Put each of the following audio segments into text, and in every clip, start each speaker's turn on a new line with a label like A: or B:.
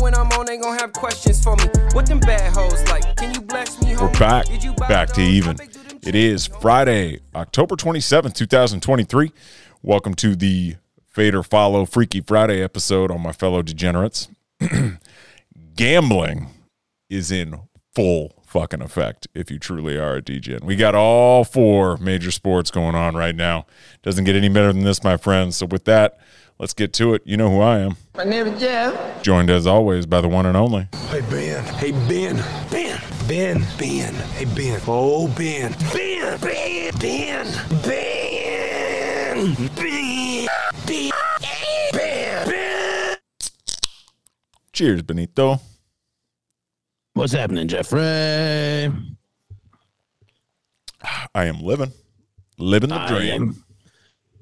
A: when I'm on, they gon' have questions for me. What them bad hoes like? Can you bless me?
B: We're
A: homie?
B: back,
A: Did you buy
B: back to
A: those?
B: even.
A: How big do them
B: It is Friday, October 27th, 2023. Welcome to the Fader Follow Freaky Friday episode on my fellow degenerates. Gambling is in full fucking effect if you truly are a degen. We got all four major sports going on right now. Doesn't get any better than this, my friends. So, with that, let's get to it. You know who I am.
C: My name is Jeff.
B: Joined as always by the one and only.
D: Hey Ben. Hey Ben. Ben. Ben. Ben. Hey Ben. Oh Ben. Ben. Ben. Ben. Ben. Ben. Ben. Ben. Ben.
B: Cheers, Benito.
E: What's happening, Jeffrey?
B: I am living, living the
E: I
B: dream.
E: am,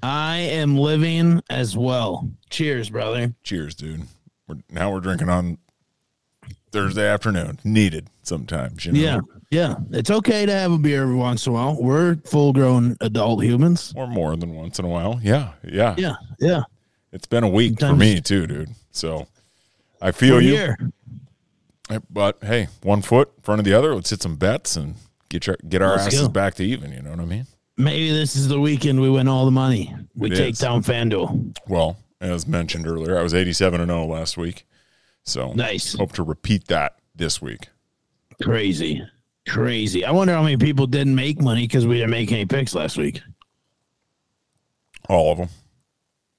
E: I am living as well. Cheers, brother.
B: Cheers, dude. We're, now we're drinking on Thursday afternoon. Needed sometimes, you know.
E: Yeah, yeah. It's okay to have a beer every once in a while. We're full grown adult humans.
B: Or more than once in a while. Yeah, yeah.
E: Yeah, yeah.
B: It's been a week for
E: Sometimes-
B: me too, dude. So I feel
E: We're
B: you. Eh,
E: here.
B: But hey, one foot in front of the other. Let's hit some bets and get your get our
E: Let's
B: asses
E: go.
B: back to even. You know what I mean?
E: Maybe this is the weekend we win all the money. We
B: It
E: take
B: is.
E: down FanDuel.
B: Well, as mentioned earlier, I was eighty-seven and zero last week. So
E: Nice.
B: Hope to repeat that this week.
E: Crazy. Crazy. I wonder how many people didn't make money because we didn't make any picks last week.
B: All of them.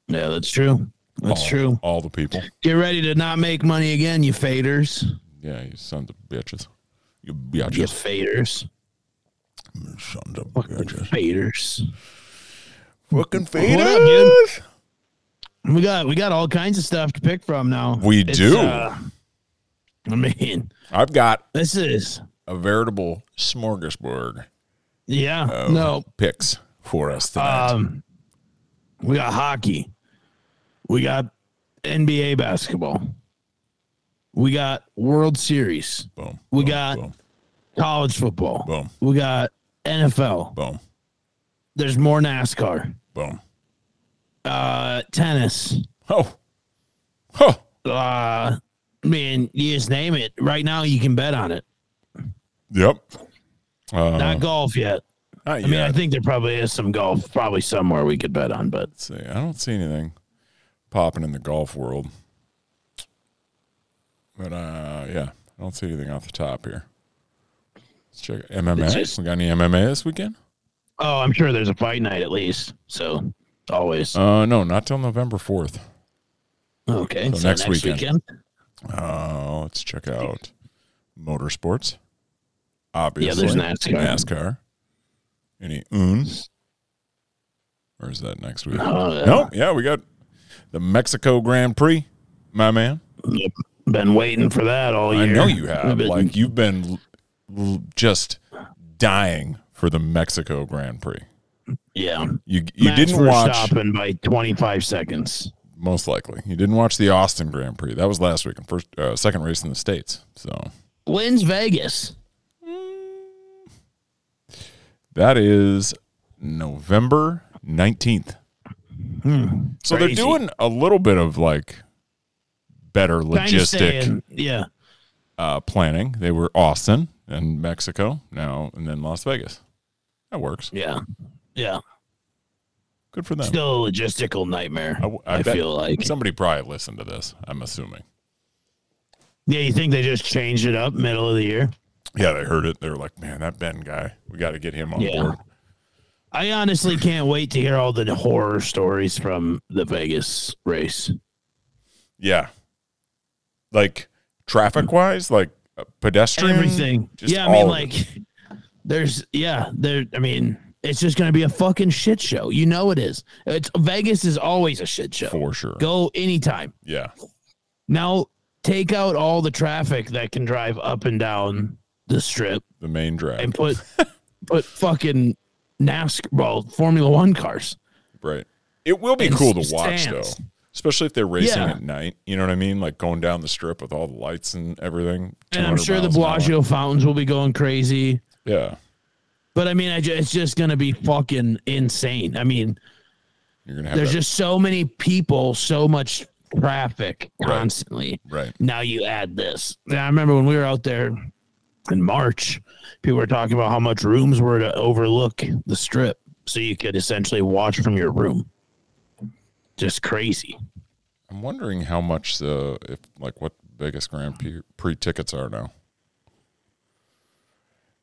E: Yeah, that's true. That's
B: all,
E: true.
B: All the people.
E: Get ready to not make money again, you faders.
B: Yeah, you sons of bitches. You
E: You
B: bitches.
E: faders.
B: Sons of
E: Fucking
B: bitches.
E: faders.
B: Fucking
E: up, dude? We got we got all kinds of stuff to pick from now. uh,
B: We do.
E: I mean,
B: I've got
E: this is
B: a veritable smorgasbord
E: yeah.
B: of
E: no,
B: picks for us tonight.
E: um, we got hockey. We got NBA basketball. We got World Series.
B: boom.
E: we
B: boom,
E: got-
B: boom,
E: College football.
B: Boom.
E: We got NFL.
B: boom,
E: There's more NASCAR.
B: boom.
E: Uh, tennis.
B: Oh. Oh.
E: Uh, I mean, you just name it. Right now, you can bet on it.
B: Yep. Uh,
E: Not golf yet.
B: not
E: I mean,
B: yet.
E: I think there probably is some golf, probably somewhere we could bet on, but
B: Let's see. I don't see anything popping in the golf world. But uh yeah, I don't see anything off the top here. Let's check MMA.
E: It's just-
B: we got any MMA this weekend?
E: oh, I'm sure there's a fight night at least. So always
B: Uh no, not till November 4th.
E: okay.
B: so next weekend. Uh, let's check out motorsports. Obviously,
E: NASCAR.
B: NASCAR. Any un? Or is that next week? No,
E: Oh, yeah.
B: yeah, we got the Mexico Grand Prix, my man.
E: Yep. Been waiting for that all year.
B: I know you have.
E: We've been-
B: Like you've been l- l- just dying for the Mexico Grand Prix.
E: yeah.
B: You you
E: Max
B: didn't watch
E: Verstappen by 25 seconds.
B: most likely. You didn't watch the Austin Grand Prix. That was last week, and first uh, second race in the states. So
E: Wins Vegas.
B: That is November 19th. So
E: Crazy.
B: they're doing a little bit of like better
E: Kinda
B: logistic
E: saying, Yeah.
B: uh, planning. They were Austin and Mexico now and then Las Vegas. That works.
E: Yeah. Yeah.
B: Good for them.
E: Still a logistical nightmare. I,
B: w- I bet
E: feel like.
B: Somebody probably listened to this, I'm assuming.
E: yeah. You think they just changed it up middle of the year?
B: Yeah, they heard it. They were like, man, that Ben guy, we got to get him on
E: Yeah.
B: board.
E: I honestly can't wait to hear all the horror stories from the Vegas race.
B: Yeah. Like traffic wise, like uh, pedestrian.
E: Everything.
B: just
E: yeah, I mean,
B: all of
E: like, there's, yeah, there, I mean, it's just going to be a fucking shit show. You know it is. It's Vegas is always a shit show.
B: For sure.
E: Go anytime.
B: Yeah.
E: Now, take out all the traffic that can drive up and down the strip
B: The main drag.
E: and put, put fucking NASCAR, well, Formula One cars.
B: Right. It will be
E: And
B: cool to
E: s-
B: watch
E: stands.
B: though. Especially if they're racing
E: Yeah.
B: at night. You know what I mean? Like going down the strip with all the lights and everything.
E: And I'm
B: 200
E: sure the
B: miles an hour.
E: Bellagio fountains will be going crazy.
B: Yeah.
E: But I mean, I ju- it's just gonna be fucking insane. I mean,
B: You're gonna have
E: there's
B: that
E: just so many people, so much traffic constantly.
B: Right.
E: Now you add this. Yeah, I remember when we were out there in March, people were talking about how much rooms were to overlook the strip. So you could essentially watch from your room. Just crazy.
B: I'm wondering how much the if like what the biggest Grand P- Prix tickets are now.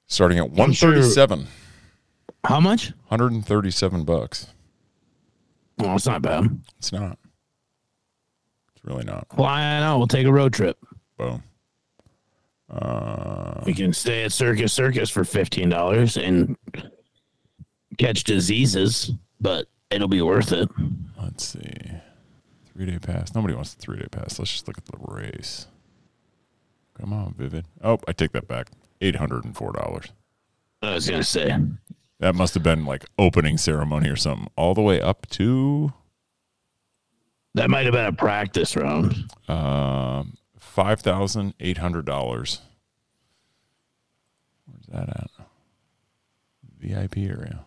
B: Starting at
E: I'm sure-
B: 137,
E: How much?
B: 137 bucks.
E: Well, it's not bad.
B: It's not. It's really not.
E: Fly on out. We'll take a road trip.
B: Boom. Oh.
E: We can stay at Circus Circus for fifteen dollars and catch diseases, but it'll be worth it.
B: Let's see. Three day pass. Nobody wants the three day pass. Let's just look at the race. Come on, Vivid. Oh, I take that back. Eight hundred and four dollars.
E: I was gonna say
B: That must have been like opening ceremony or something. All the way up to
E: that might have been a practice round.
B: um five thousand eight hundred dollars. Where's that at? VIP area.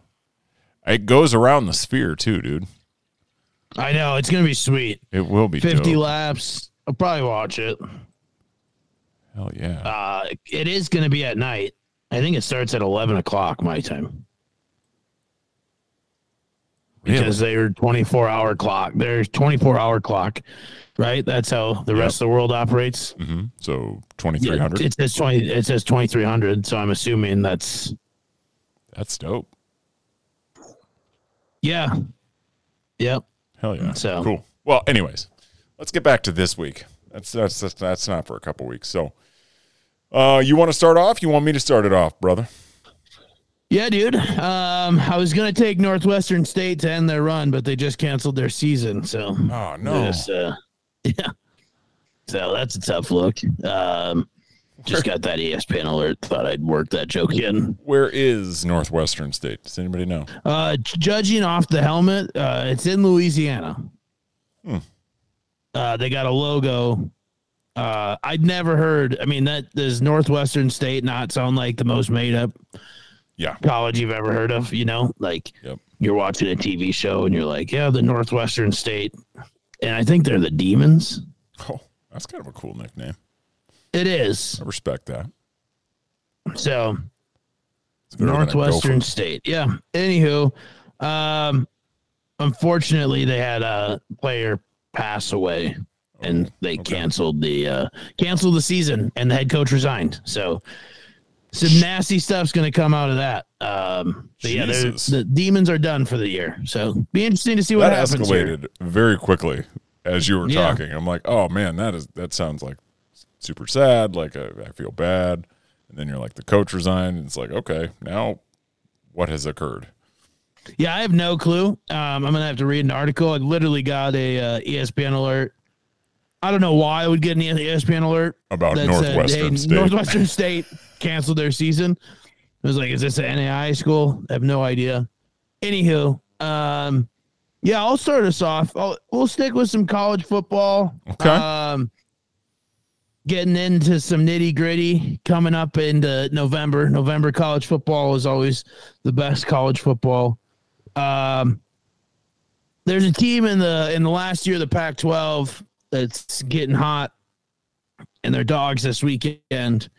B: It goes around the sphere too, dude.
E: I know it's gonna be sweet.
B: It will be
E: Fifty
B: dope.
E: laps. I'll probably watch it.
B: Hell yeah.
E: Uh, it is gonna be at night. I think it starts at eleven o'clock my time because they are twenty four hour clock. They're twenty four hour clock, right? That's how the rest of the world operates.
B: hmm So
E: Yeah,
B: 2300.
E: It says twenty. It says twenty three hundred. So I'm assuming that's
B: That's dope.
E: yeah, yep.
B: Hell yeah.
E: So-
B: cool. Well, anyways, let's get back to this week. That's that's that's, that's not for a couple weeks. So, uh, you want to start off? You want me to start it off, brother?
E: Yeah, dude. Um, I was gonna take Northwestern State to end their run, but they just canceled their season. So
B: Oh
E: they're just, uh, yeah. So that's a tough look. Um, just got that E ESPN alert. Thought I'd work that joke in.
B: Where is Northwestern State? Does anybody know?
E: Uh, j- judging off the helmet, uh, it's in Louisiana. Uh, they got a logo. Uh, I'd never heard. I mean, that does Northwestern State not sound like the most made up
B: Yeah.
E: college you've ever heard of? You know, like
B: Yep.
E: you're watching a TV show and you're like, yeah, the Northwestern State, and I think they're the Demons.
B: Oh, that's kind of a cool nickname.
E: It is
B: I respect that.
E: so
B: It's better than a
E: Northwestern
B: gopher.
E: State. Yeah. Anywho, um, unfortunately, they had a player pass away, and they
B: Oh, okay.
E: canceled the uh, canceled the season, and the head coach resigned. So some nasty stuff's going to come out of that. Um, but yeah, they're-
B: Jesus.
E: the demons are done for the year. So be interesting to see what
B: That
E: happens. Here.
B: escalated very quickly as you were
E: Yeah.
B: talking. I'm like, oh man, that is that sounds like super sad. Like uh, I, I feel bad. And then you're like, the coach resigned. And it's like, okay, now what has occurred?
E: Yeah, I have no clue. Um, I'm gonna have to read an article. I literally got a uh, ESPN alert. I don't know why I would get an E ESPN alert
B: About
E: that said,
B: Northwestern
E: hey,
B: State.
E: Northwestern State canceled their season. I was like, is this an NAI school? I have no idea. Anywho, um, yeah, I'll start us off. I'll, we'll stick with some college football.
B: Okay.
E: Um, getting into some nitty gritty coming up into November. November college football is always the best college football. Um, there's a team in the in the last year of the Pac-12 that's getting hot, and their dogs this weekend.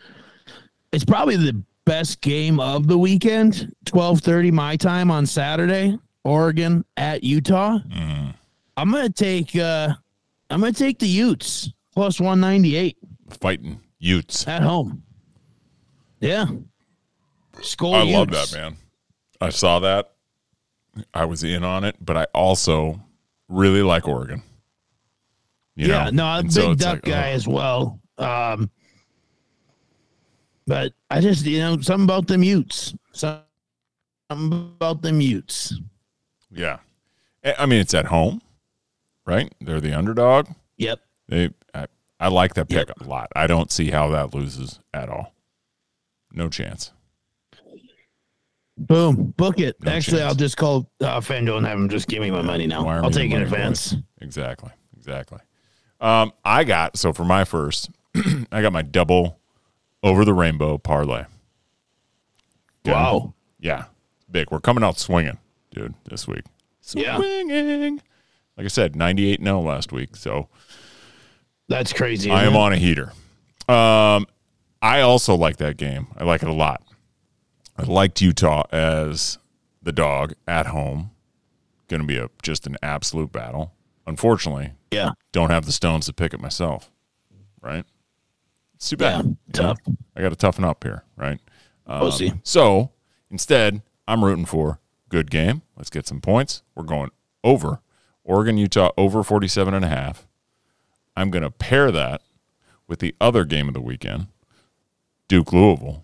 E: It's probably the best game of the weekend. Twelve thirty my time on Saturday. Oregon at Utah. I'm gonna take uh, I'm gonna take the Utes plus one ninety eight
B: Fighting Utes.
E: at home. Yeah, score.
B: I love
E: oh, Utes.
B: that, man. I saw that. I was in on it, but I also really like Oregon. You
E: yeah,
B: know?
E: no, I'm a
B: And
E: big
B: so it's
E: duck
B: like, oh,
E: guy as well. Um, but I just, you know, something about them Utes. Some- Something about them Utes.
B: yeah. I- I mean, it's at home, right? They're the underdog.
E: Yep.
B: They, I, I like that pick
E: Yep.
B: a lot. I don't see how that loses at all. No chance.
E: Boom. Book it.
B: No
E: Actually,
B: chance.
E: I'll just call uh, FanDuel and have them just give me my money now.
B: Wire me
E: I'll
B: the
E: take it in
B: money, boys.
E: advance.
B: Exactly. Exactly. Um, I got so for my first, I got my double over the rainbow parlay. Okay?
E: Wow.
B: Yeah, big. We're coming out swinging, dude, this week.
E: Yeah.
B: Swinging. Like I said, 98 0 last week. So
E: That's crazy.
B: I am
E: man.
B: on a heater. Um, I also like that game. I like it a lot. I liked Utah as the dog at home. Going to be a just an absolute battle. Unfortunately,
E: Yeah.
B: don't have the stones to pick it myself. Right? It's too
E: Yeah.
B: bad. you know?
E: Tough.
B: I got to toughen up here. Right? Um,
E: Pussy.
B: So instead, I'm rooting for good game. Let's get some points. We're going over Oregon, Utah over 47 and a half. I'm going to pair that with the other game of the weekend, Duke Louisville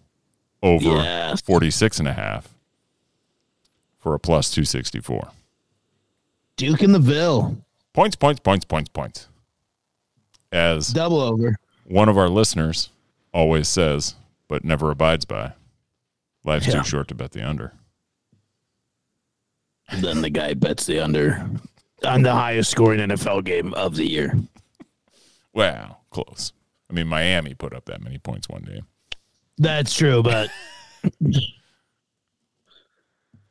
B: over
E: Yes.
B: 46 and a half for a plus 264.
E: Duke in the Ville.
B: Points, points, points, points, points. As
E: Double over.
B: one of our listeners always says, but never abides by, life's
E: Yeah.
B: too short to bet the under.
E: Then the guy bets the under on the highest scoring NFL game of the year.
B: Wow, close. I mean, Miami put up that many points one day.
E: That's true, but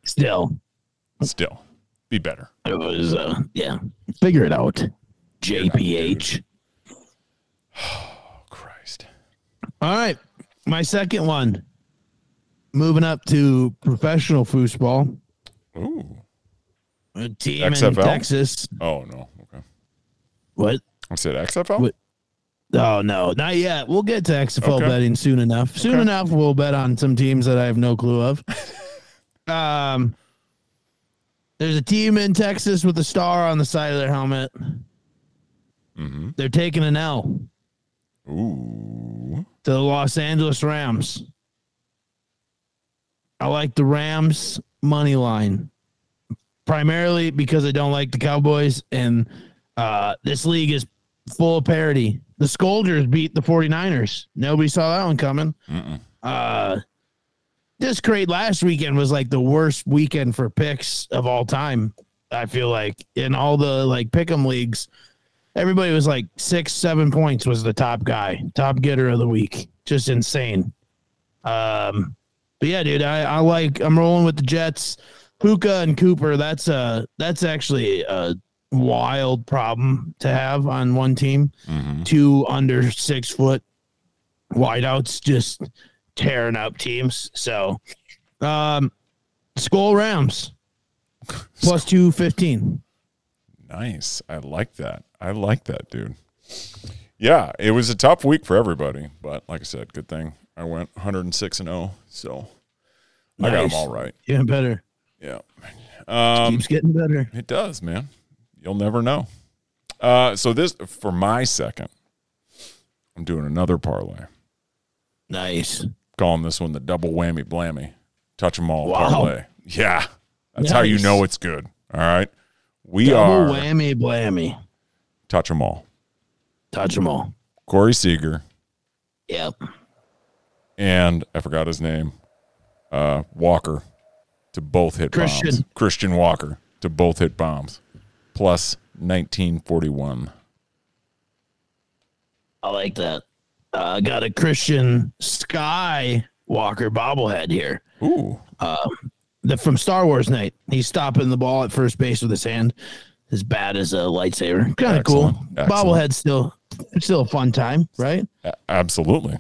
E: still,
B: Still, be better.
E: it was uh, yeah. Figure it out, JPH.
B: Oh, Christ.
E: All right, my second one. Moving up to professional foosball,
B: Ooh.
E: a team
B: XFL?
E: in Texas.
B: Oh, no. Okay.
E: What?
B: I said XFL?
E: What- Oh no, not yet. We'll get to XFL
B: Okay.
E: betting soon enough. Soon
B: Okay.
E: enough, we'll bet on some teams that I have no clue of. um, there's a team in Texas with a star on the side of their helmet.
B: Mhm.
E: They're taking an L
B: Ooh.
E: to the Los Angeles Rams. I like the Rams money line primarily because I don't like the Cowboys, and uh, this league is full of parity. The Scolders beat the 49ers. Nobody saw that one coming.
B: Mm-mm.
E: Uh, this trade last weekend was like the worst weekend for picks of all time. I feel like in all the like pick'em leagues, everybody was like six, seven points was the top guy, top getter of the week. Just insane. Um, but yeah, dude, I, I like I'm rolling with the Jets. Puka and Cooper, that's uh that's actually a wild problem to have on one team.
B: Mhm.
E: Two under six foot wideouts just tearing up teams. So um Skull Rams plus two fifteen.
B: Nice. I like that. I like that, dude. Yeah, it was a tough week for everybody, but like I said, good thing I went 106 and 0. So I got them
E: Nice.
B: all right.
E: Yeah, better.
B: Yeah. Um,
E: Keeps getting better.
B: It does, man. You'll never know. Uh, so this for my second, I'm doing another parlay.
E: Nice.
B: Calling this one the double whammy blammy. Touch them all
E: Wow.
B: parlay. Yeah, that's how you
E: Nice.
B: know it's good. All right, we are
E: Double whammy blammy.
B: touch them all.
E: Touch them all.
B: Corey Seager
E: Yep.
B: and I forgot his name, uh, Walker, to both hit bombs.
E: Christian.
B: Christian Walker to both hit bombs, plus 1941.
E: I like that. Uh, I got a Christian Sky Walker bobblehead here.
B: Ooh,
E: The, from Star Wars night. He's stopping the ball at first base with his hand. As bad as a lightsaber. Kind of cool.
B: Excellent. Excellent.
E: Bobblehead still it's still a fun time, right?
B: A- Absolutely.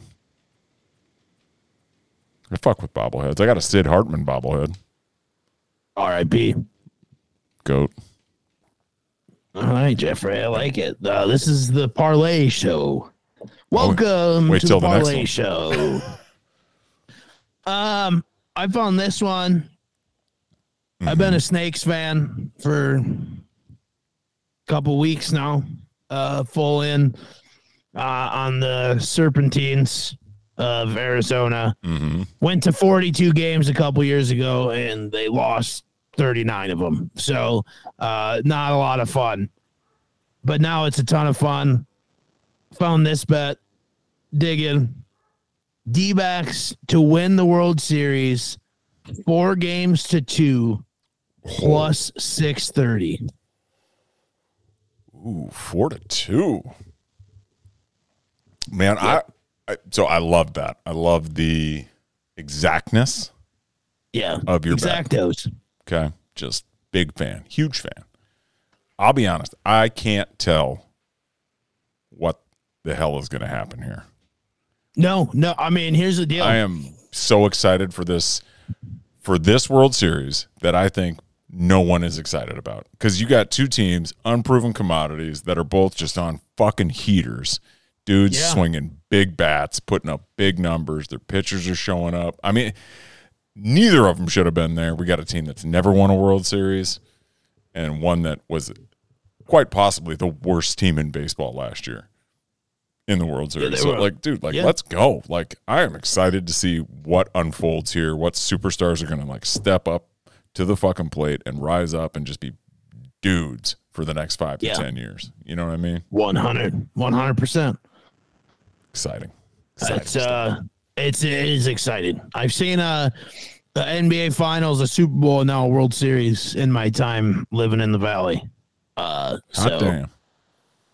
B: I fuck with bobbleheads. I got a Sid Hartman bobblehead.
E: R.I.P.
B: Goat.
E: All right, Jeffrey. I like it. Uh, this is the parlay show.
B: Oh.
E: Welcome
B: wait
E: to
B: till
E: the
B: the next
E: parlay
B: one.
E: show. um, I found this one. I've
B: Mm-hmm.
E: been a Snakes fan for a couple weeks now. Uh, full in uh, on the Serpentines of Arizona.
B: Mm-hmm.
E: Went to 42 games a couple years ago, and they lost 39 of them. So uh, not a lot of fun. But now it's a ton of fun. Found this bet, digging. D backs to win the World Series, four games to two, plus 630.
B: Ooh, four to two. Man, I, I so I love that. I love the exactness.
E: Yeah.
B: Of your bet.
E: exactos.
B: Okay. Just big fan, huge fan. I'll be honest, I can't tell what the hell is going to happen here.
E: No, no. I mean, here's the deal.
B: I am so excited for this for this World Series that I think no one is excited about because you got two teams, unproven commodities that are both just on fucking heaters. Dudes
E: Yeah.
B: swinging big bats, putting up big numbers. Their pitchers are showing up. I mean, neither of them should have been there. We got a team that's never won a World Series and one that was quite possibly the worst team in baseball last year in the World Series.
E: they
B: so,
E: were.
B: like, dude, like,
E: Yeah.
B: let's go. Like, I am excited to see what unfolds here. What superstars are going to like step up to the fucking plate and rise up and just be dudes for the next five to
E: Yeah.
B: ten years. You know what I mean?
E: 100, 100%.
B: Exciting.
E: It's uh, it's it is exciting. I've seen uh, the NBA Finals, a Super Bowl, and now a World Series in my time living in the Valley. Uh,
B: Hot
E: so
B: damn.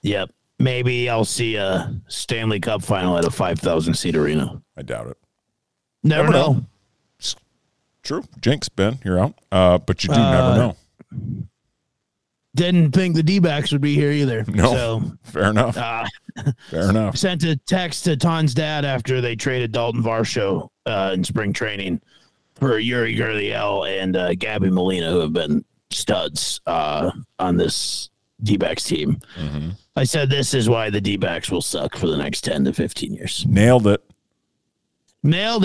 E: yep, maybe I'll see a Stanley Cup final at a five thousand seat arena.
B: I doubt it.
E: Never
B: Never know.
E: know.
B: True. Jinx, Ben, you're out. Uh, but you do never know.
E: Didn't think the D backs would be here either.
B: No.
E: So
B: Fair enough.
E: uh,
B: Fair enough.
E: sent a text to Ton's dad after they traded Dalton Varsho uh, in spring training for Yuri Gurriel and uh, Gabby Molina, who have been studs uh, on this D backs team.
B: Mm-hmm.
E: I said this is why the D backs will suck for the next 10 to 15 years.
B: Nailed it.
E: Nailed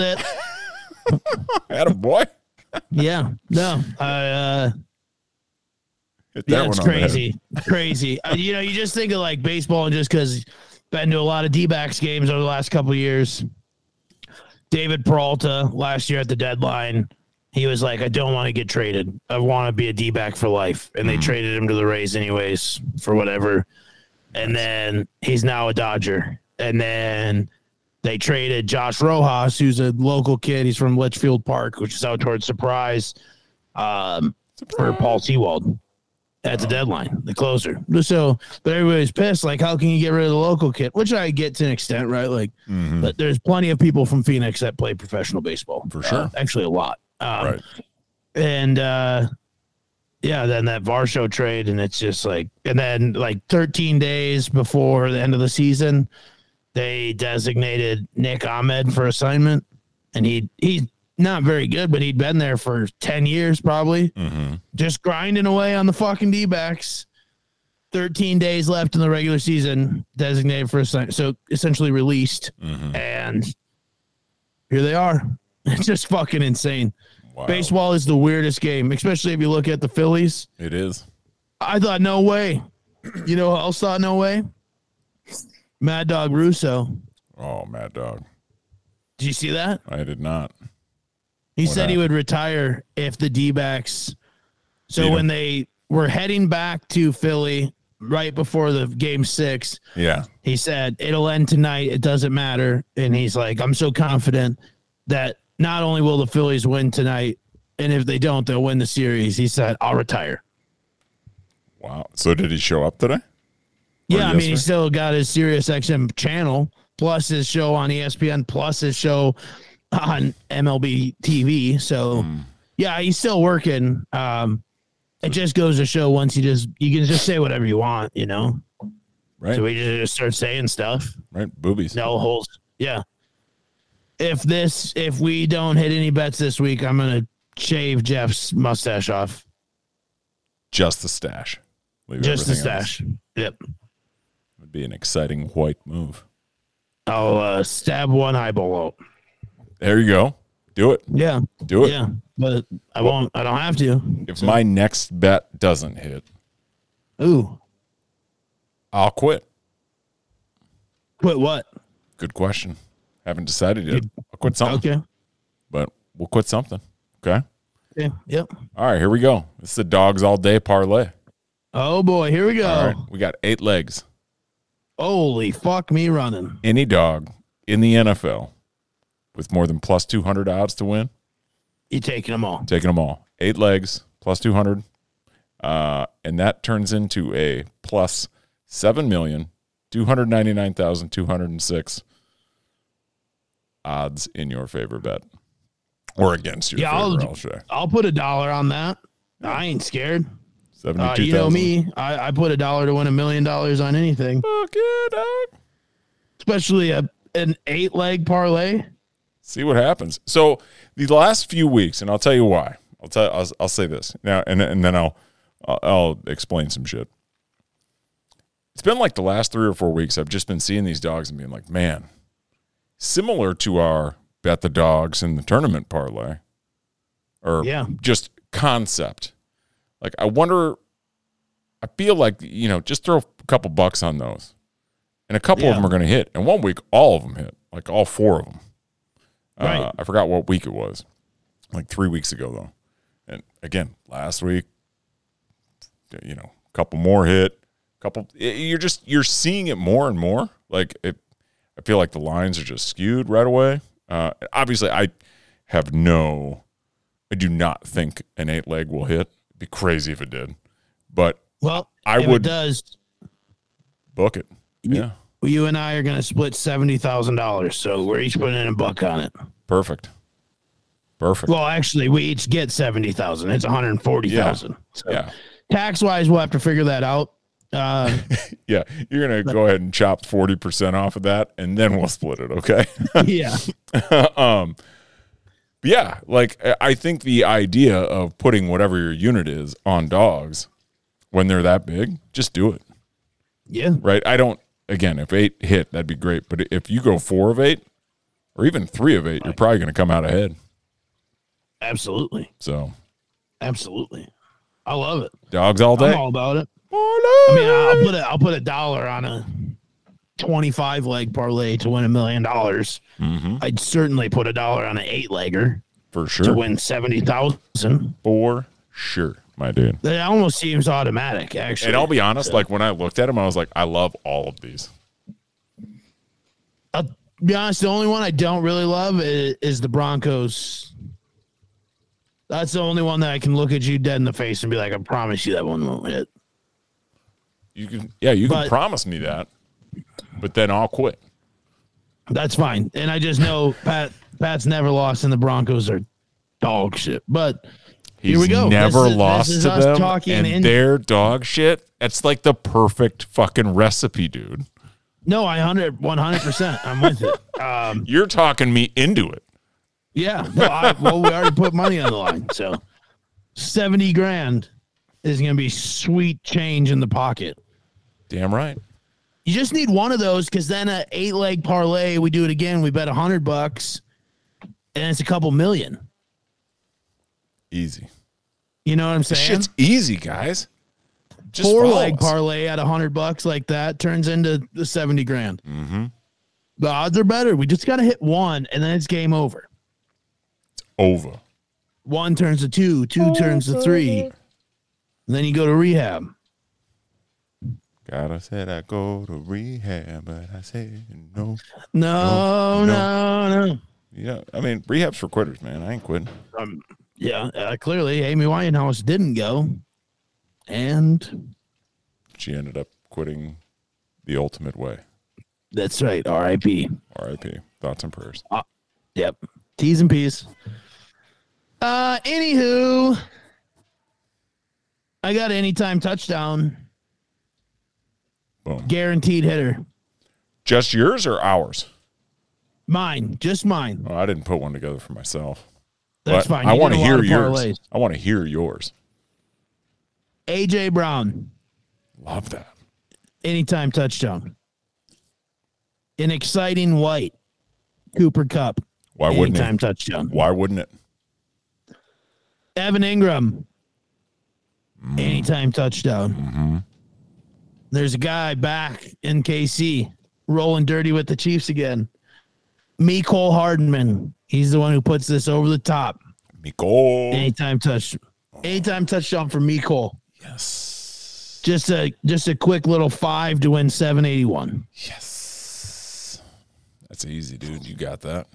E: it.
B: Had a boy.
E: yeah. No, I, uh,
B: Hit that
E: yeah,
B: one
E: it's
B: on the head.
E: crazy. Crazy. Uh, you know, you just think of like baseball and just because been to a lot of D backs games over the last couple of years. David Peralta last year at the deadline, he was like, I don't want to get traded. I want to be a D back for life. And they
B: Mm.
E: traded him to the Rays, anyways, for whatever. And then he's now a Dodger. And then they traded Josh Rojas, who's a local kid. He's from Litchfield Park, which is out towards Surprise, um, for Paul Seawald at the deadline, the closer. So, but everybody's pissed. Like, how can you get rid of the local kid? Which I get to an extent, right? Like,
B: Hmm.
E: but there's plenty of people from Phoenix that play professional baseball
B: For
E: Uh,
B: sure.
E: actually, a lot. Um,
B: Right.
E: and uh yeah, then that Varsho trade, and it's just like, and then like 13 days before the end of the season, they designated Nick Ahmed for assignment, and he he's not very good, but he'd been there for 10 years probably,
B: Mm-hmm.
E: just grinding away on the fucking D backs. 13 days left in the regular season, designated for assignment, so essentially released,
B: Mm-hmm.
E: and here they are. It's just fucking insane.
B: Wow.
E: Baseball is the weirdest game, especially if you look at the Phillies.
B: It is.
E: I thought, no way. You know who else thought, no way? Mad Dog Russo.
B: Oh, Mad Dog.
E: Did you see that?
B: I did not.
E: He
B: What
E: said he
B: happened?
E: would retire if the D backs. So
B: Beat 'em.
E: when they were heading back to Philly right before the game six,
B: Yeah.
E: he said it'll end tonight it doesn't matter and he's like i'm so confident that not only will the phillies win tonight and if they don't they'll win the series he said i'll retire
B: Wow. So did he show up today?
E: yeah i mean
B: yesterday?
E: he still got his sirius xm channel plus his show on E espn plus his show on mlb tv so yeah he's still working um it just goes to show once you just you can just say whatever you want you know
B: Right.
E: so we just start saying stuff
B: right. Boobies.
E: No holes. Yeah. If this, if we don't hit any bets this week, I'm gonna shave Jeff's mustache off.
B: Just the stash. Leave
E: Just the
B: everything else.
E: stash. Yep.
B: Would be an exciting white move.
E: I'll uh, stab one eyeball out.
B: There you go. Do it.
E: Yeah.
B: Do it.
E: Yeah. But I won't. I don't have to.
B: If my next bet doesn't hit,
E: Ooh.
B: I'll quit.
E: Quit what?
B: Good question. Haven't decided yet. I'll quit something,
E: Okay.
B: but we'll quit something. Okay.
E: Yeah. Yep.
B: All right. Here we go. It's the dogs all day parlay.
E: Oh boy. Here we go.
B: All right. We got eight legs.
E: Holy fuck me running.
B: Any dog in the NFL with more than plus 200 odds to win
E: You taking them all?
B: taking them all. Eight legs plus 200. Uh, and that turns into a plus 7,299,206 odds in your favor bet or against your
E: Yeah, I'll-
B: favor, I'll, say.
E: I'll put a dollar on that. I ain't scared. Uh, you know me, I, I put a dollar to win a million dollars on anything,
B: Fuck yeah, dog.
E: especially a an eight leg parlay.
B: see what happens. So the last few weeks, and I'll tell you why. I'll tell. I'll, I'll say this now, and and then I'll, I'll I'll explain some shit. It's been like the last three or four weeks. I've just been seeing these dogs and being like, man, similar to our bet the dogs in the tournament parlay, or
E: Yeah.
B: just concept. Like I wonder. I feel like you know, just throw a couple bucks on those, and a couple of
E: Yeah.
B: them are going to hit. And one week, all of them hit, like all four of them. Uh,
E: Right.
B: I forgot what week it was, like three weeks ago though. And again, last week, you know, a couple more hit, couple. y- You're just you're seeing it more and more. Like it, I feel like the lines are just skewed right away. Uh, obviously, I have no, I do not think an eight leg will hit. It'd be crazy if it did, but
E: Well,
B: I
E: if
B: would-
E: It does
B: book it. yeah.
E: you and I are going to split seventy thousand dollars, so we're each putting in a buck on it.
B: perfect, perfect.
E: Well, actually, we each get seventy thousand. It's one hundred forty thousand. So
B: yeah.
E: tax wise, we'll have to figure that out. Uh,
B: Yeah, you're gonna go ahead and chop forty percent off of that, and then we'll split it. Okay.
E: yeah,
B: um, yeah, like I- I think the idea of putting whatever your unit is on dogs when they're that big, just do it.
E: yeah,
B: Right. I don't. Again, if eight hit, that'd be great. But if you go four of eight, or even three of eight, you're probably gonna come out ahead.
E: absolutely,
B: So
E: absolutely. I love it.
B: dogs all
E: I'm
B: day.
E: all about it. I
B: All
E: mean,
B: day.
E: I'll put a I'll put a dollar on a twenty-five leg parlay to win a million dollars. I'd certainly put a dollar on an eight-legger
B: for
E: to
B: Mm-hmm. sure.
E: win seventy thousand.
B: For sure, my dude.
E: That almost seems automatic, actually.
B: And I'll be honest, like when I looked at him, I was like, I love all of these.
E: I'll Uh, be honest. The only one I don't really love is, is the Broncos. That's the only one that I can look at you dead in the face and be like, "I promise you that one won't hit."
B: You can, yeah, you can
E: But-
B: promise me that, but then I'll quit.
E: That's fine. And I just know Pat. Pat's never lost, and the Broncos are dog shit. But
B: He's
E: Here we go.
B: Never
E: This is-
B: lost
E: this is
B: to
E: us
B: them
E: talking
B: and
E: in-
B: their dog shit. That's like the perfect fucking recipe, dude.
E: no, I 100 100 percent. I'm with it. Um,
B: You're talking me into it.
E: yeah. No, I, well, we already put money on the line, so seventy grand is going to be sweet change in the pocket.
B: Damn right.
E: You just need one of those because then a eight leg parlay, we do it again. We bet a hundred bucks, and it's a couple million.
B: Easy.
E: You know what I'm
B: This
E: saying?
B: shit's easy, guys. Just
E: Four
B: follow
E: leg
B: us.
E: parlay at a hundred bucks like that turns into the seventy grand. The odds are better. We just got to hit one, and then it's game over.
B: over.
E: One turns to two, two turns to three, and then you go to rehab.
B: God, I said I go to rehab, but I said no.
E: No, no, no.
B: Yeah, I mean rehab's for quitters, man. I ain't quitting.
E: Um, yeah, uh, clearly Amy Winehouse didn't go, and
B: She ended up quitting the ultimate way.
E: that's right. R.I.P.
B: R.I.P. Thoughts and prayers.
E: Yep. T's and P's. Uh anywho. I got anytime touchdown.
B: Boom.
E: Guaranteed hitter.
B: Just yours or ours?
E: Mine. Just mine.
B: Oh, I didn't put one together for myself.
E: That's
B: But
E: fine.
B: I
E: You
B: want to
E: got a
B: hear
E: lot of
B: yours.
E: parlays.
B: I want to hear yours.
E: AJ Brown.
B: Love that.
E: Anytime touchdown. An exciting white. Cooper Cup.
B: Why wouldn't
E: Anytime
B: it?
E: touchdown.
B: Why wouldn't it?
E: Evan Ingram. Anytime touchdown. There's a guy back in KC rolling dirty with the Chiefs again. Mecole Hardman. He's the one who puts this over the top.
B: Miko.
E: Anytime touch. Anytime touchdown for Mecole.
B: Yes.
E: Just a just a quick little five to win seven eighty one.
B: Yes. That's easy, dude. You got that.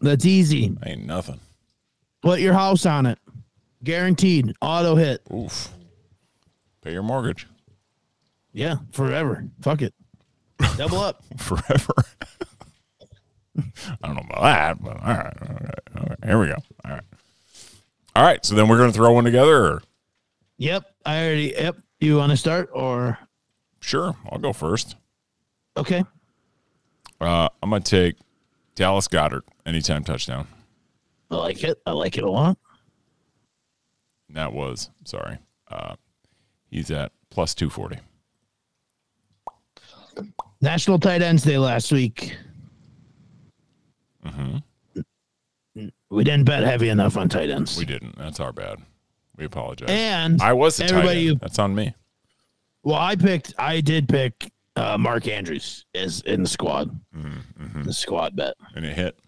E: That's easy.
B: Ain't nothing.
E: Put your house on it. Guaranteed. Auto hit.
B: Oof. Pay your mortgage
E: Yeah. Forever. Fuck it. Double up.
B: forever. I don't know about that, but all right. All right. All right. Here we go. All right. All right. So then we're going to throw one together. Or
E: Yep. I already. Yep. You want to start or?
B: Sure, I'll go first.
E: Okay.
B: Uh, I'm gonna take Dallas Goddard anytime touchdown.
E: I like it. I like it a lot.
B: That was sorry. Uh, he's at plus two forty.
E: National Tight Ends Day last week.
B: Mm-hmm.
E: We didn't bet heavy enough on tight ends.
B: We didn't. That's our bad. We apologize.
E: and
B: I was the tight
E: Eh, everybody-
B: end. That's on me.
E: Well, I picked. I did pick uh, Mark Andrews as in the squad.
B: Mm-hmm.
E: The squad bet.
B: And it hit.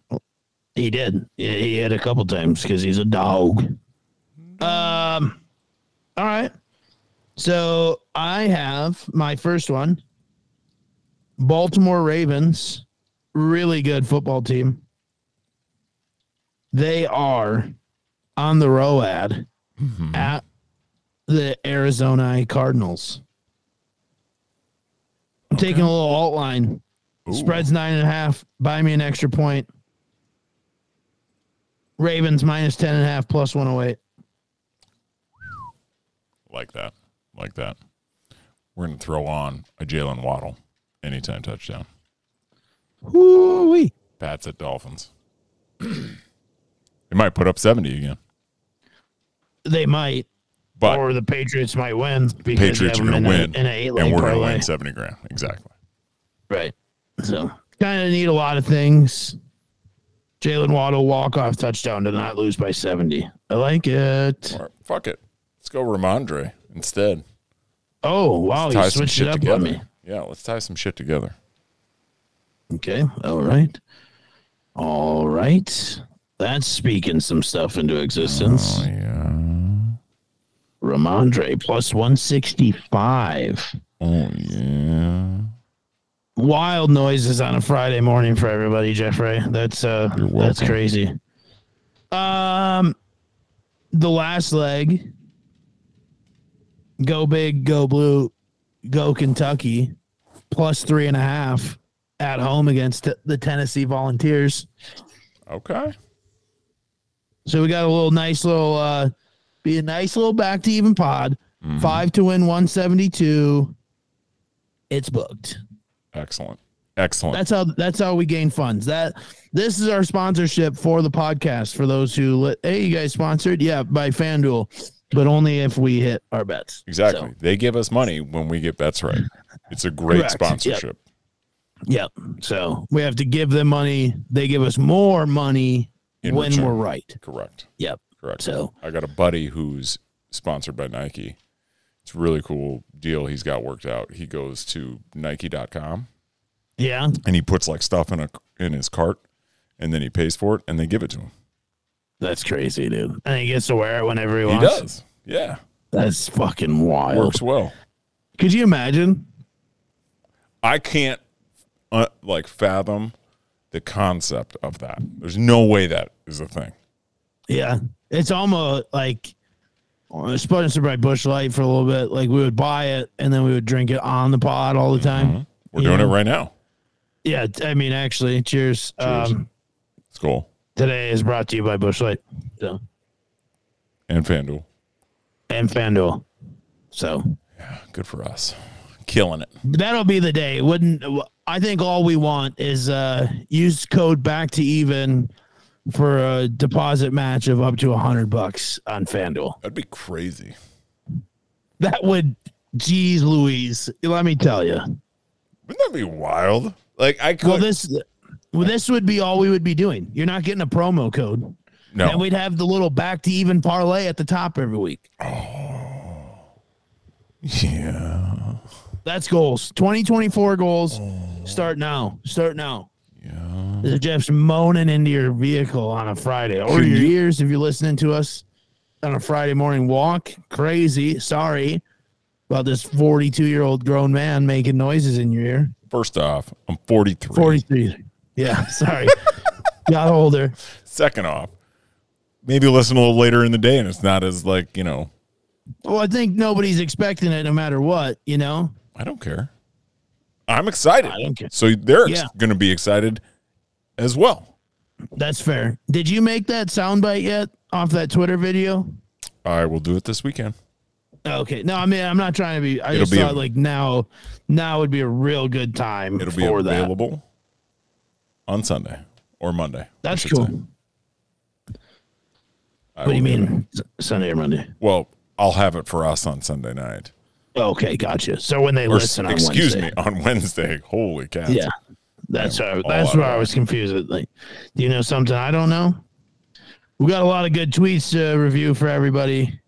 E: He did. He he hit a couple times because he's a dog. Um. All right. So I have my first one. Baltimore Ravens, really good football team. They are on the ROAD at the Arizona Cardinals. I'm taking a little alt line. Spreads nine and a half. Buy me an extra point. Ravens minus ten and a half plus one oh eight.
B: Like that. Like that. We're gonna throw on a Jalen Waddle anytime touchdown.
E: Woo-wee.
B: Pats at Dolphins. they might put up seventy again.
E: They might.
B: But
E: or the Patriots might win because they
B: Patriots are
E: have
B: going
E: them
B: to win,
E: in a, in an eight
B: and
E: leg
B: we're going to
E: parlay.
B: win seventy grand exactly.
E: Right. So kind of need a lot of things. Jalen Waddle walk off touchdown to not lose by seventy. I like it.
B: All right, fuck it, let's go Ramondre instead.
E: Oh wow, you
B: Tie some
E: switched it
B: shit
E: up on
B: together.
E: me.
B: Yeah, let's tie some shit together.
E: Okay. All right. All right. That's speaking some stuff into existence.
B: Yeah.
E: Ramondre plus one sixty five.
B: Oh yeah.
E: wild noises on a Friday morning for everybody, Jeffrey. That's uh that's
B: welcome.
E: crazy. Um the last leg. Go big, go blue, go Kentucky, plus three and a half at home against t- the Tennessee Volunteers.
B: Okay.
E: So we got a little nice little uh be a nice little back to even pod. Five to win one seventy two. It's booked.
B: Excellent. Excellent.
E: That's how that's how we gain funds. That this is our sponsorship for the podcast. For those who let, hey, you guys sponsored, yeah, by FanDuel, but only if we hit our bets.
B: exactly.
E: So,
B: They give us money when we get bets right. It's a great
E: Correct.
B: sponsorship.
E: yep. So we have to give them money. They give us more money
B: In
E: when
B: return.
E: we're right.
B: Correct.
E: Yep.
B: Correct.
E: So-
B: I got a buddy who's sponsored by Nike. It's a really cool deal he's got worked out. He goes to nike.com
E: Yeah.
B: and he puts like stuff in a in his cart and then he pays for it and they give it to him.
E: That's crazy, dude. And he gets to wear it whenever he
B: He
E: wants.
B: does. Yeah.
E: That's fucking wild.
B: Works well.
E: Could you imagine?
B: I can't uh, like fathom the concept of that. There's no way that is a thing.
E: Yeah. It's almost like uh, sponsored by Bush Light for a little bit. Like we would buy it and then we would drink it on the pod all the time.
B: We're
E: Yeah.
B: doing it right now.
E: Yeah, t- I mean, actually, cheers. Um,
B: It's cool.
E: today is brought to you by Bushlight so,
B: And FanDuel.
E: and FanDuel. So
B: Good for us. Killing it.
E: that'll be the day. Wouldn't I think all we want is uh, use code back to even for a deposit match of up to a hundred bucks on FanDuel.
B: That'd be crazy.
E: That would, geez, Louise. Let me tell you.
B: Wouldn't that be wild? Like I could
E: Well, this. Well, this would be all we would be doing. You're not getting a promo code.
B: no.
E: And we'd have the little back to even parlay at the top every week.
B: yeah.
E: That's goals. 2024 goals. Start now. Start now. Yeah. Jeff's moaning into your vehicle on a Friday or
B: Can
E: your
B: you-
E: ears if you're listening to us on a Friday morning walk. Crazy. Sorry about this 42 year old grown man making noises in your ear.
B: First off, I'm 43.
E: 43. Yeah. Sorry. Got older.
B: Second off, maybe listen a little later in the day and it's not as like, you know,
E: Well, I think nobody's expecting it no matter what, you know?
B: I don't care. I'm excited.
E: I don't care.
B: So they're ex-
E: Yeah.
B: going to be excited as well.
E: That's fair. Did you make that soundbite yet off that Twitter video?
B: I will do it this weekend.
E: Okay. No, I mean I'm not trying to be. I
B: It'll
E: just
B: be
E: thought
B: av-
E: like now, now would be a real good time
B: It'll be
E: for that.
B: available on Sunday or Monday. I
E: That's
B: should say.
E: cool.
B: I
E: What do you
B: will give it-
E: mean S- Sunday or Monday?
B: Well, I'll have it for us on Sunday night.
E: Okay, gotcha. So when they
B: Or, s-
E: listen on
B: excuse
E: Wednesday,
B: me, on Wednesday. Holy cow.
E: yeah, that's
B: I'm
E: right.
B: all
E: That's
B: out of
E: where I
B: it.
E: was confused. With. Like, do you know something I don't know? We got a lot of good tweets to review for everybody.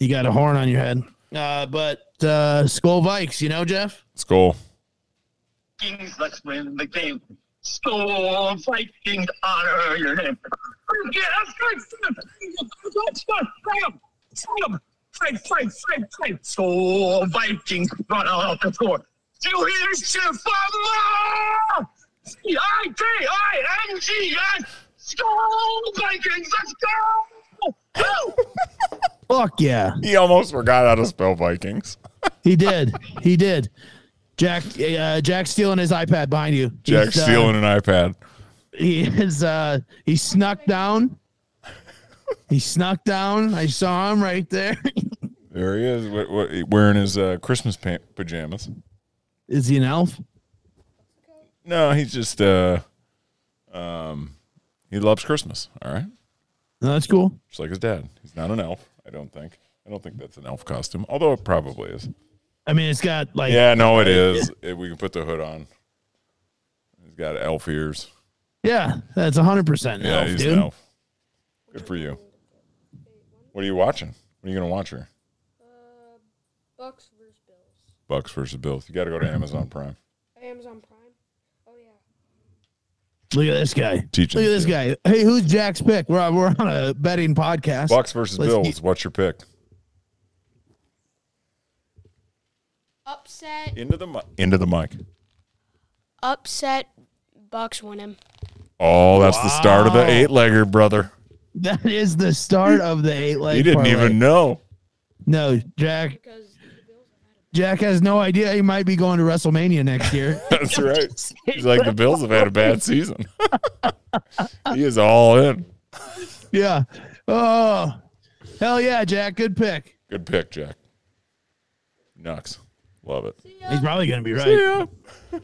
E: You got a horn on your head, uh, but uh, Skull Vikes, you know, Jeff.
B: Skull.
C: Vikings, let's win the game. Score, Vikings, honor your name. Yeah, that's right. Let's go, Sam. Sam, fight, fight, fight, fight. Score, Vikings, run out the score. Do you hear Chef C-I-K-I-N-G-S. Score, Vikings, let's go. Go!
E: Fuck yeah.
B: He almost forgot how to spell Vikings.
E: He did. He did. Jack uh, Jack stealing his iPad behind you.
B: Jack
E: He's, uh,
B: stealing an iPad.
E: He is uh he snuck down. He snuck down. I saw him right there.
B: There he is, w- w- wearing his uh, Christmas pa- pajamas.
E: Is he an elf?
B: No, he's just uh, um, he loves Christmas. All right,
E: No, that's cool.
B: just like his dad. He's not an elf. I don't think. I don't think that's an elf costume, although it probably is.
E: I mean, it's got like yeah,
B: Yeah, no, it is. If we can put the hood on. He's got elf ears.
E: that's hundred percent
B: Yeah,
E: elf,
B: he's
E: dude.
B: an elf. Good for you. What are you watching? What are you gonna watch her?
F: Bucks versus Bills.
B: Bucks versus Bills. You got to go to Amazon Prime.
F: Amazon Prime. Oh yeah.
E: Look at this guy.
B: Teaching
E: Look at
B: the
E: this
B: kid.
E: guy. Hey, who's Jack's pick? We're on, we're on a betting podcast.
B: Bucks versus
E: Let's
B: Bills.
E: eat-
B: What's your pick?
F: Upset.
B: Into the mi- into the mic.
F: Upset. Bucks win him.
B: Oh, that's the start of the eight legger, brother.
E: That is the start of the eight leg.
B: You didn't
E: parlay.
B: even know.
E: No, Jack.
F: Because the Bills
E: Jack has no idea he might be going to WrestleMania next year.
B: That's right. He's like the Bills have had a bad season. he is all in.
E: Yeah. Oh, hell yeah, Jack. Good pick.
B: Good pick, Jack. Nux. Love it.
E: He's probably going to be right.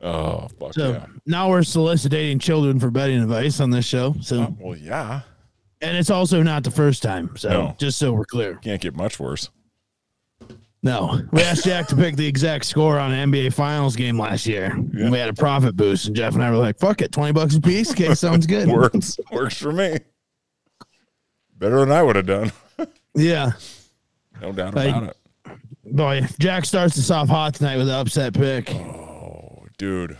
B: Oh, fuck
E: So um,
B: yeah.
E: now we're soliciting children for betting advice on this show. So,
B: Uh, Well, yeah.
E: and it's also not the first time. So,
B: No.
E: just so we're clear,
B: Can't get much worse.
E: no, we asked Jack to pick the exact score on an NBA Finals game last year.
B: Yeah.
E: We had a profit boost, and Jeff and I were like, "Fuck it, twenty bucks a piece. Okay, sounds good."
B: Works. Works for me. Better than I would have done.
E: Yeah,
B: No doubt
E: Like-
B: about it.
E: boy, Jack starts us off hot tonight with an upset pick.
B: Dude.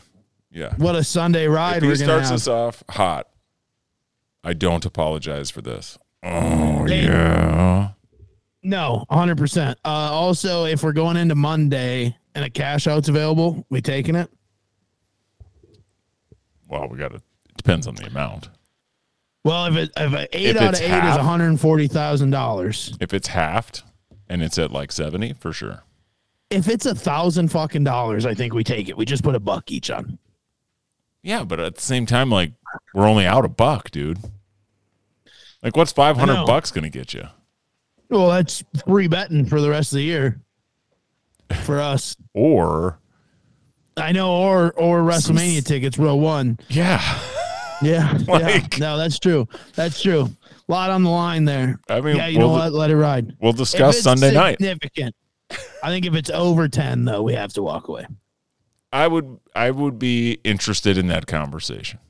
B: Yeah.
E: What a Sunday ride
B: If
E: we're
B: he
E: gonna
B: starts
E: have.
B: us off hot, I don't apologize for this. Oh,
E: Hey.
B: yeah.
E: No, 100%. Uh, also, if we're going into Monday and a cash out's available, we taking it?
B: Well, we got to. It depends on the amount.
E: Well, if it if a 8
B: If
E: out
B: it's
E: of 8
B: half-
E: is $140,000.
B: If it's halved and it's at like 70, for sure.
E: If it's a 1000 fucking dollars, I think we take it. We just put a buck each on.
B: Yeah, but at the same time, like, we're only out a buck, dude. Like, what's 500
E: know.
B: bucks going to get you?
E: Well, that's free betting for the rest of the year for us.
B: Or,
E: I know or or WrestleMania tickets row 1.
B: yeah.
E: Yeah.
B: Like-
E: yeah. No, that's true. That's true. A lot on the line there.
B: I mean,
E: yeah, you
B: we'll,
E: know what? Let it ride.
B: we'll discuss Sunday night.
E: Significant. I think if it's over ten, though, we have to walk away.
B: I would, I would be interested in that conversation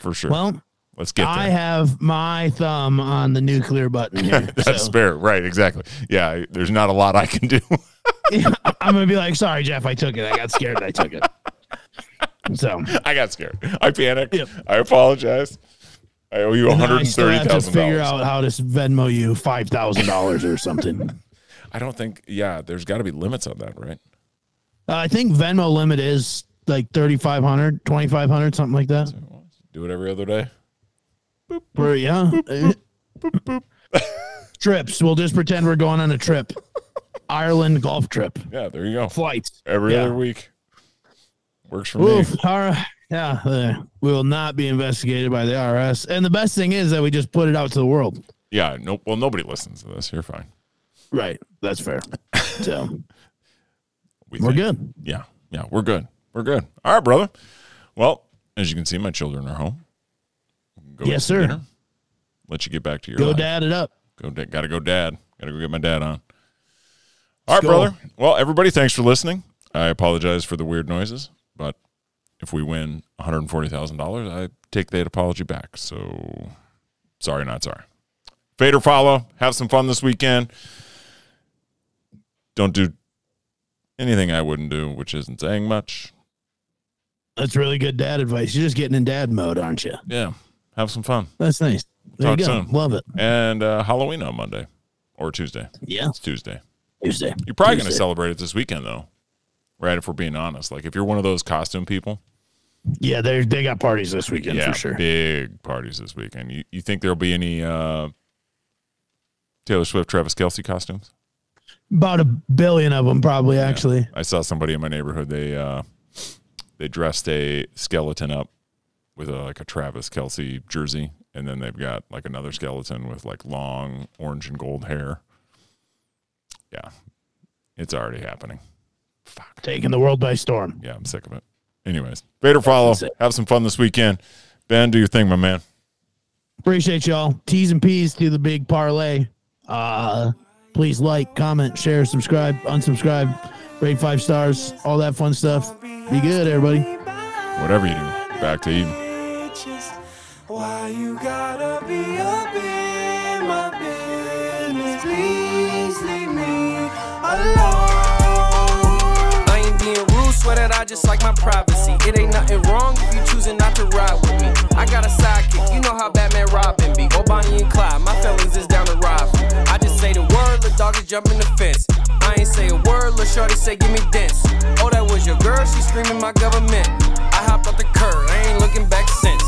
B: for sure.
E: Well,
B: Let's get
E: I
B: there.
E: have my thumb on the nuclear button here.
B: That's
E: so
B: fair, right? Exactly. Yeah, I- there's not a lot I can do.
E: I'm gonna be like, sorry, Jeff, I took it. I got scared. and I took it. So
B: I got scared. I panicked.
E: Yep.
B: I apologize. I owe you one
E: and then
B: hundred
E: I
B: and
E: still
B: thirty
E: have to
B: thousand
E: figure
B: dollars.
E: out how to Venmo you five thousand dollars or something. uh,
B: I don't think. Yeah, there's got to be limits on that, right?
E: Uh, I think Venmo limit is like 3500 2500 something like that.
B: Do it every other day.
E: For yeah. Trips. We'll just pretend we're going on a trip. Ireland golf trip.
B: Yeah, there you go.
E: Flights.
B: Every
E: Yeah.
B: other week works for me.
E: Oof, all right. Yeah, uh, we will not be investigated by the IRS. And the best thing is that we just put it out to the world.
B: Yeah, no. Well, nobody listens to this. You're fine.
E: Right. That's fair. So
B: We
E: we're
B: think.
E: good.
B: Yeah, yeah, we're good. We're good. All right, brother. Well, as you can see, my children are home. Go
E: Yes,
B: eat some
E: sir.
B: Let you get back to your
E: Go
B: life.
E: dad it up.
B: Go, da- gotta go, dad. Gotta go get my dad on. All right,
E: go.
B: brother. Well, everybody, thanks for listening. I apologize for the weird noises, but if we win one hundred forty thousand dollars, I take that apology back. So, sorry, not sorry. Fade or follow. Have some fun this weekend. Don't do anything I wouldn't do, which isn't saying much.
E: That's really good dad advice. You're just getting in dad mode, aren't you?
B: Yeah, have some fun.
E: That's nice. There you
B: Talk
E: go.
B: soon.
E: Love it.
B: And uh, Halloween on Monday or Tuesday.
E: Yeah.
B: It's Tuesday.
E: Tuesday.
B: You're probably going to
E: Tuesday.
B: celebrate it this weekend, though. Right? If we're being honest, like if you're one of those costume people,
E: Yeah, they they got parties this weekend for sure.
B: big parties this weekend. You you think there'll be any uh, Taylor Swift, Travis Kelsey costumes?
E: About a billion of them probably actually.
B: I saw somebody in my neighborhood. They uh, they dressed a skeleton up with a, like a Travis Kelsey jersey, and then they've got like another skeleton with like long orange and gold hair. Yeah, it's already happening. Fuck.
E: Taking the world by storm.
B: Yeah, I'm sick of it. Anyways, Vader follow.
E: That's it.
B: Have some fun this weekend. Ben, do your thing, my man.
E: Appreciate y'all. T's and P's to the big parlay. Uh please like, comment, share, subscribe, unsubscribe, rate five stars, all that fun stuff. Be good, everybody.
B: Whatever you do, back to Eden.
G: bitches. Why you gotta be up in my business? Please leave me alone.
A: I ain't being rude, swear that I just like my privacy. It ain't nothing wrong if you choosing not to ride with me. I got a sidekick, you know how Batman Robin be. Or Bonnie and Clyde, my feelings is down to ride. for. I just say the word, the dog is jumping the fence. I ain't say a word, lil' shorty say give me dents. Oh, that was your girl, she screaming my government. I hopped off the curb, I ain't looking back since.